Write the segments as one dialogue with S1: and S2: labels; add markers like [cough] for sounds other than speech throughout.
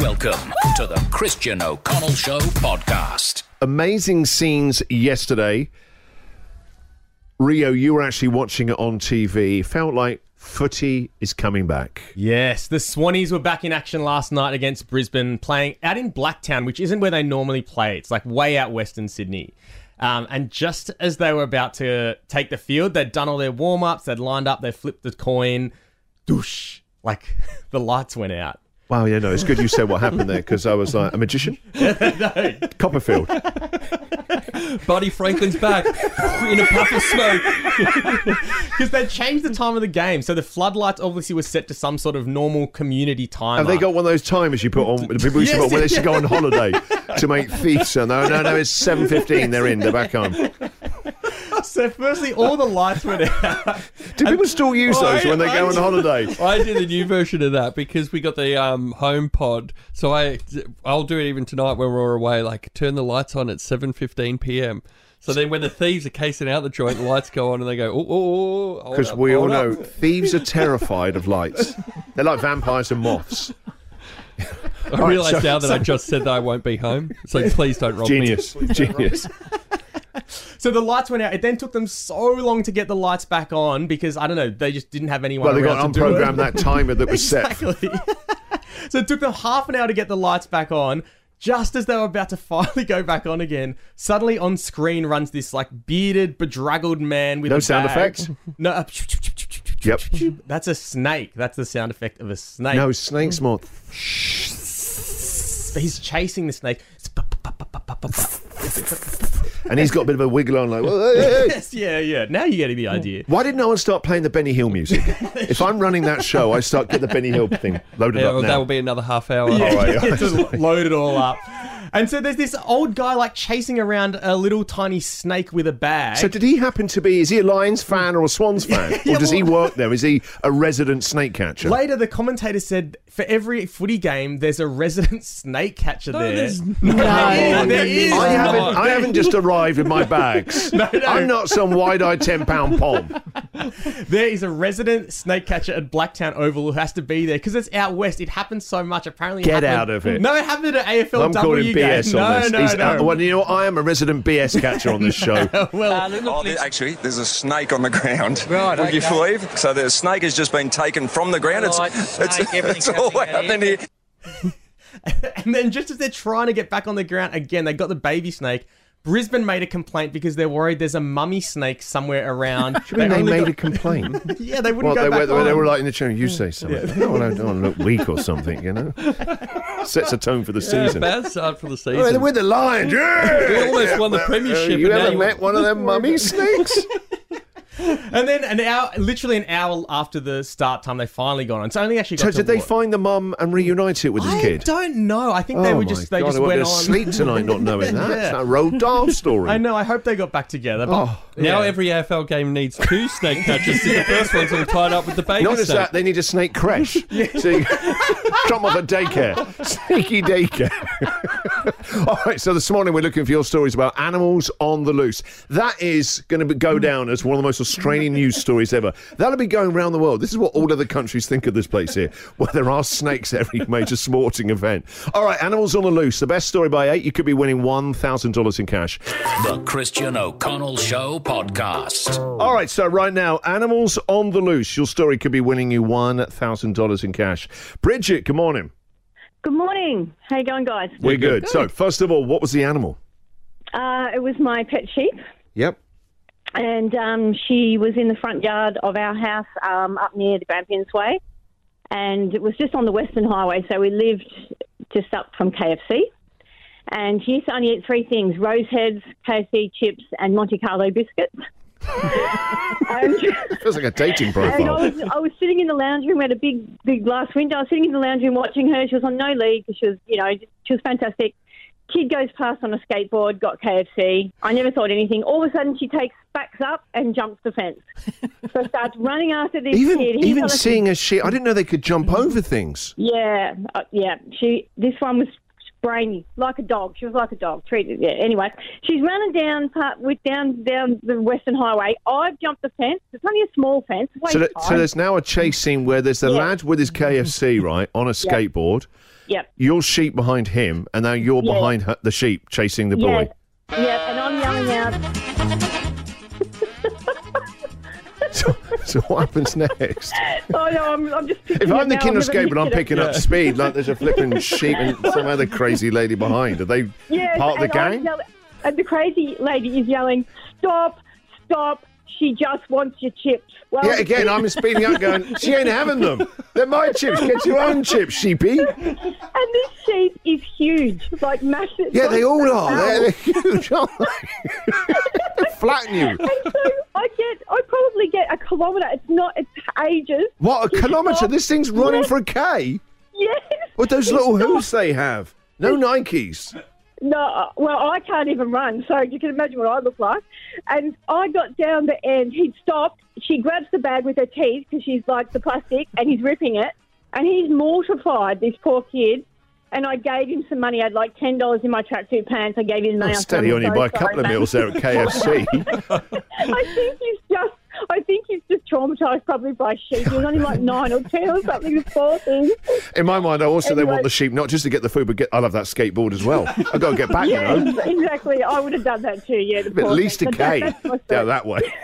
S1: Welcome to the Christian O'Connell Show podcast.
S2: amazing scenes yesterday. Rio, you were actually watching it on TV. Felt like footy is coming back.
S3: Yes, the Swannies were back in action last night against Brisbane, playing out in Blacktown, which isn't where they normally play. It's like way out western Sydney. Um, and just as they were about to take the field, they'd done all their warm ups, they'd lined up, they flipped the coin, doosh, like [laughs] the lights went out.
S2: Wow, yeah, no, it's good you said what happened there because I was like, a
S4: [laughs]
S2: magician? Copperfield.
S4: Buddy Franklin's back [laughs] in a puff of smoke.
S3: [laughs] Because they changed the time of the game. So the floodlights obviously were set to some sort of normal community timer.
S2: Have they got one of those timers you put on? The people used to put
S3: Yes,
S2: when they should go on holiday
S4: [laughs]
S2: to make thieves. No, no, no, it's 7.15. They're in. They're back home.
S3: [laughs] so, firstly, all the lights went out.
S2: Do people still use those when they go on holiday?
S4: [laughs] I did a new version of that because we got the um, home pod. So I, I'll do it even tonight when we're away. Like turn the lights on at seven fifteen p.m. So then when the thieves are casing out the joint, the lights go on and they go oh oh. oh, hold
S2: Because
S4: up,
S2: we all
S4: hold up."
S2: know thieves are terrified of lights. They're like vampires and moths.
S4: I realise now that I just said that I won't be home. So please don't rob me.
S2: Genius. Genius.
S3: So the lights went out. It then took them so long to get the lights back on because I don't know, they just didn't have anyone.
S2: Well, they got
S3: around to do it. [laughs]
S2: unprogrammed that timer that was set.
S3: Exactly. [laughs] so it took them half an hour to get the lights back on. Just as they were about to [laughs] finally go back on again, suddenly on screen runs this like bearded, bedraggled man with
S2: No
S3: a
S2: sound
S3: bag.
S2: effects?
S3: No. uh, [laughs]
S2: Yep.
S3: That's a snake. That's the sound effect of a snake.
S2: No, snake's more.
S3: he's chasing the snake. [laughs]
S2: And he's got a bit of a wiggle on, like, "Whoa, hey, hey, hey."
S3: Yes, yeah, yeah. Now you're getting the idea.
S2: why did no one start playing the Benny Hill
S3: [laughs]
S2: music? If I'm running that show, I start get the Benny Hill thing loaded
S4: Yeah,
S2: up
S4: well,
S2: now.
S4: that will be another half hour.
S2: All right. [laughs]
S3: Yeah, just load it all up. And so there's this old guy like chasing around a little tiny snake with a bag.
S2: So did he happen to be? Is he a Lions fan or a Swans fan, or does he work there? Is he a resident snake catcher?
S3: Later, the commentator said for every footy game, there's a resident [laughs] snake catcher there. [laughs]
S4: there's
S3: There is, there is.
S2: I haven't.
S4: not.
S2: I haven't just arrived with my
S3: [laughs]
S2: bags. I'm not some wide-eyed ten-pound pom.
S3: There is a resident snake catcher at Blacktown Oval who has to be there because it's out west. It happens so much. Apparently, it
S2: Get
S3: happened-
S2: out of it.
S3: No, it happened at AFLW
S2: I'm calling
S3: game.
S2: BS
S3: no,
S2: on this.
S3: no,
S2: He's
S3: no.
S2: out- well, you know, what? I am a resident BS catcher
S3: [laughs]
S2: on this show.
S3: well,
S5: Oh, there- actually, there's a snake on the ground. Right, Would you believe? So the snake has just been taken from the ground. It's, it's, it's all happening here.
S3: and then just as they're trying to get back on the ground again, they got the baby snake. Brisbane made a complaint because they're worried there's a mummy snake somewhere around.
S2: they
S3: only
S2: made
S3: got-
S2: a
S3: [laughs]
S2: complaint.
S3: yeah, they
S2: Well,
S3: wouldn't
S2: they
S3: go
S2: were,
S3: back
S2: they, were- they
S3: on.
S2: were like in the channel, you say something. No, I don't, I don't look weak or something, you know? Sets a tone for
S3: [laughs]
S2: the season.
S4: Bad start uh, for the season.
S2: Well, We're the Lions. Yeah!
S4: We almost won the
S2: Uh,
S4: premiership
S2: You
S4: and now
S2: ever
S4: you-
S2: met one of them mummy
S3: [laughs]
S2: snakes?
S3: And then an hour, literally an hour after the start time, they finally got on. It's only actually got
S2: so
S3: to
S2: did they
S3: one.
S2: find the mum and reunite it with his
S3: I
S2: kid?
S3: don't know. I think they
S2: oh
S3: were
S2: my
S3: just they
S2: God,
S3: just
S2: I went
S3: went
S2: to
S3: on.
S2: sleep tonight not knowing that.
S3: [laughs] Yeah.
S2: It's a Roald Dahl story.
S3: [laughs] I know. I hope they got back together. But
S2: Oh.
S4: Now
S3: Yeah.
S4: every AFL game needs two snake catchers. 'cause the first one's all tied up with the baby
S2: Not just
S4: snake.
S2: that, they need a snake
S4: [laughs]
S2: crash. So you [laughs] drop 'em off at daycare. Sneaky daycare. [laughs] All right, so this morning we're looking for your stories about animals on the loose. That is going to go down as one of the most Australian news stories ever. That'll be going around the world. This is what all other countries think of this place here, where there are snakes at every major [laughs] sporting event. All right, animals on the loose. The best story by eight, you could be winning $1,000 in cash.
S1: The Christian O'Connell Show podcast.
S2: All right, so right now, animals on the loose. Your story could be winning you $1,000 in cash. Bridget, good morning.
S6: Good morning. How you going, guys?
S2: We're good. So, first of all, what was the animal?
S6: Uh, it was my pet sheep,
S2: Yep.
S6: and um, she was in the front yard of our house um, up near the Grampians Way, and it was just on the Western Highway. So we lived just up from KFC, and she used to only eat three things: rose heads, KFC chips, and Monte Carlo biscuits. [laughs] and
S2: Feels like a [laughs] dating
S6: And I
S2: profile.
S6: was, I was sitting in the lounge room. We had a big, big glass window. I was sitting in the lounge room watching her. She was on no lead because she was, you know, she was fantastic. Kid goes past on a skateboard, got KFC. I never thought anything. All of a sudden, she takes backs up and jumps the fence. so starts running after this
S2: Even
S6: kid. He's
S2: even
S6: on a-
S2: seeing a sheep, I didn't know they could jump over things.
S6: yeah, uh, yeah. She. This one was brainy, like a dog. She was like a dog, treated. Yeah. Anyway, she's running down part with down down the Western Highway. I've jumped the fence. It's only a small fence. Waist
S2: So, that,
S6: high.
S2: so there's now a chase scene where there's the
S6: Yeah.
S2: lad with his
S6: [laughs]
S2: KFC right on a skateboard.
S6: Yep.
S2: Your sheep behind him, and now you're
S6: Yeah.
S2: behind her, the sheep chasing the boy.
S6: Yes. Yep. And I'm yelling out.
S2: [laughs] So, so what
S6: [laughs]
S2: happens next?
S6: Oh no, I'm, I'm just.
S2: If I'm the Kindle skateboard, I'm picking up
S4: Yeah.
S6: [laughs]
S2: speed like there's a flipping sheep and some other crazy lady behind. Are they
S6: Yes,
S2: part of the
S6: and I'm
S2: gang?
S6: yell- and the crazy lady is yelling, "Stop! Stop! She just wants your chips." Well,
S2: Yeah, again, I'm speeding up going, she ain't having them. They're my chips. Get your own chips, sheepy.
S6: And this sheep is huge, like massive.
S2: Yeah, they all are.
S6: Wow.
S2: They're, they're huge, aren't they? [laughs] They Flatten you.
S6: And [laughs] so I get, I probably get a kilometre. It's not, it's ages.
S2: What, a
S6: She
S2: kilometre?
S6: stopped.
S2: This thing's running for a K?
S6: [laughs] Yes.
S2: With those
S6: She
S2: little
S6: stopped.
S2: hooves they have. No Nikes.
S6: No, uh, well, I can't even run, so you can imagine what I look like. And I got down the end. He'd stopped. She grabs the bag with her teeth because she's like the plastic, and he's ripping it. And he's mortified, this poor kid. And I gave him some money. I had like ten dollars in my tracksuit pants. I gave him the money. I
S2: Oh,
S6: said,
S2: steady
S6: "I'm
S2: on you
S6: so
S2: buy a
S6: sorry,
S2: couple of
S6: mate."
S2: meals there at
S6: [laughs]
S2: KFC.
S6: I think he's just. I think he's just traumatized, probably by sheep. He was only like nine or ten or something. This poor thing.
S2: In my mind, I also they want
S6: Anyway.
S2: the sheep not just to get the food, but get I love that skateboard as well. I've got to get back,
S6: Yeah,
S2: you know.
S6: ex- [laughs] exactly. I would have done that too. Yeah, the
S2: At
S6: poor
S2: least
S6: thing.
S2: a K.
S6: But that- that's my
S2: Yeah,
S6: story.
S2: that way.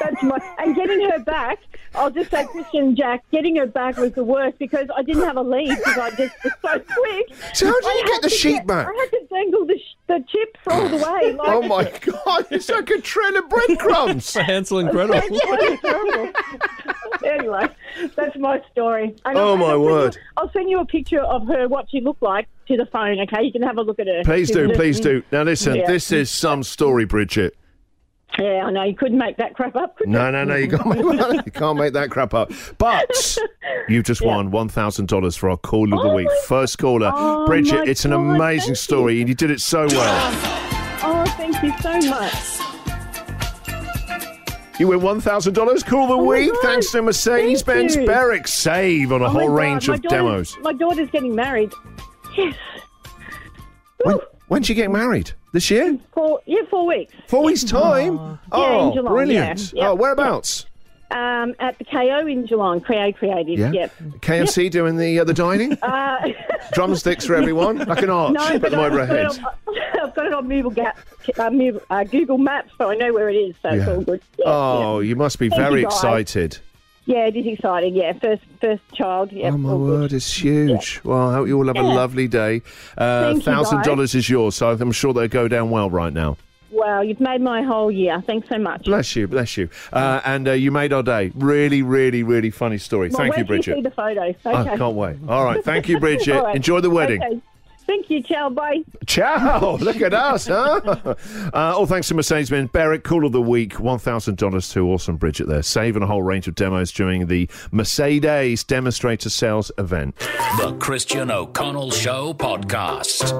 S6: That's my and getting her back. I'll just say, Christian Jack, getting her back was the worst because I didn't have a lead because I just was so quick.
S2: So how do
S6: I
S2: you
S6: had
S2: get the
S6: to
S2: sheep
S6: get-
S2: back?
S6: I had to dangle the, sh- the chips all the way. Like,
S2: Oh
S6: [laughs]
S2: my god, it's like a trail of breadcrumbs.
S4: For Hansel and
S2: [laughs]
S4: Gretel.
S6: anyway, that's my story. And
S2: Oh,
S6: I'll-
S2: my
S6: I'll send
S2: word.
S6: You, I'll send you a picture of her, what she looked like, to the phone. Okay, you can have a look at her.
S2: Please
S6: She's
S2: do,
S6: just-
S2: please do. Now listen,
S6: Yeah.
S2: this is some story, Bridget.
S6: Yeah, I know you couldn't make that crap up. Could
S2: No, no, no, you can't make you can't make that crap up.
S6: [laughs]
S2: But you've just won one thousand dollars for our call of the
S6: Oh
S2: week.
S6: my-
S2: First caller,
S6: Oh my
S2: Bridget. It's an
S6: God,
S2: amazing
S6: thank
S2: story, and you did it so
S6: [gasps]
S2: well.
S6: you? Oh, thank you so much.
S2: You win one thousand dollars. Call the
S6: Oh my
S2: week.
S6: God,
S2: Thanks to Mercedes Benz
S6: you.
S2: Berwick. Save on a
S6: Oh, my
S2: whole
S6: God,
S2: range
S6: my
S2: of
S6: daughter's-
S2: demos.
S6: My daughter's getting married. Yes.
S2: When,
S6: Woo.
S2: when's she getting married? This year?
S6: Four, yeah, four weeks.
S2: Four weeks time?
S6: Yeah,
S2: Oh,
S6: in July,
S2: brilliant!
S6: yeah.
S2: Oh,
S6: Yep.
S2: whereabouts?
S6: Um, at the KO in Geelong, Create Creative.
S2: Yeah. [laughs]
S6: Yep.
S2: KFC doing the uh, the dining.
S6: [laughs] Uh,
S2: Drumsticks for everyone, like an arch.
S6: [laughs] no,
S2: put
S6: but
S2: them
S6: I've,
S2: over our
S6: got
S2: heads.
S6: it on, [laughs] I've got it on Google, Gap, uh, Google- uh, Google Maps, so I know where it is. So it's
S2: Yeah.
S6: all good. Yeah,
S2: Oh, you must be
S6: Thank
S2: very
S6: you, guys.
S2: excited.
S6: yeah. yeah, it is exciting. Yeah, first first child. Yeah,
S2: oh my
S6: all good.
S2: word, it's huge. Well, I hope you all have a
S6: Yeah.
S2: lovely day. Uh,
S6: Thank you,
S2: Thousand dollars
S6: guys.
S2: is yours, so I'm sure they'll go down well right now.
S6: Wow, you've made my whole year. Thanks so much.
S2: Bless you, bless you, uh, and uh, you made our day. Really, really, really funny story.
S6: Well,
S2: Thank
S6: wait
S2: you,
S6: till
S2: Bridget.
S6: see the photos. Okay.
S2: I can't wait. All right, thank
S6: [laughs]
S2: you, Bridget.
S6: All right.
S2: Enjoy the wedding.
S6: Okay. Thank you. Ciao. Bye.
S2: Ciao! Look at us, huh? Uh, all thanks to Mercedes Benz Barrett. Call of the week, $1,000 to Awesome Bridget there. Saving a whole range of demos during the Mercedes demonstrator sales event.
S1: The Christian O'Connell Show podcast.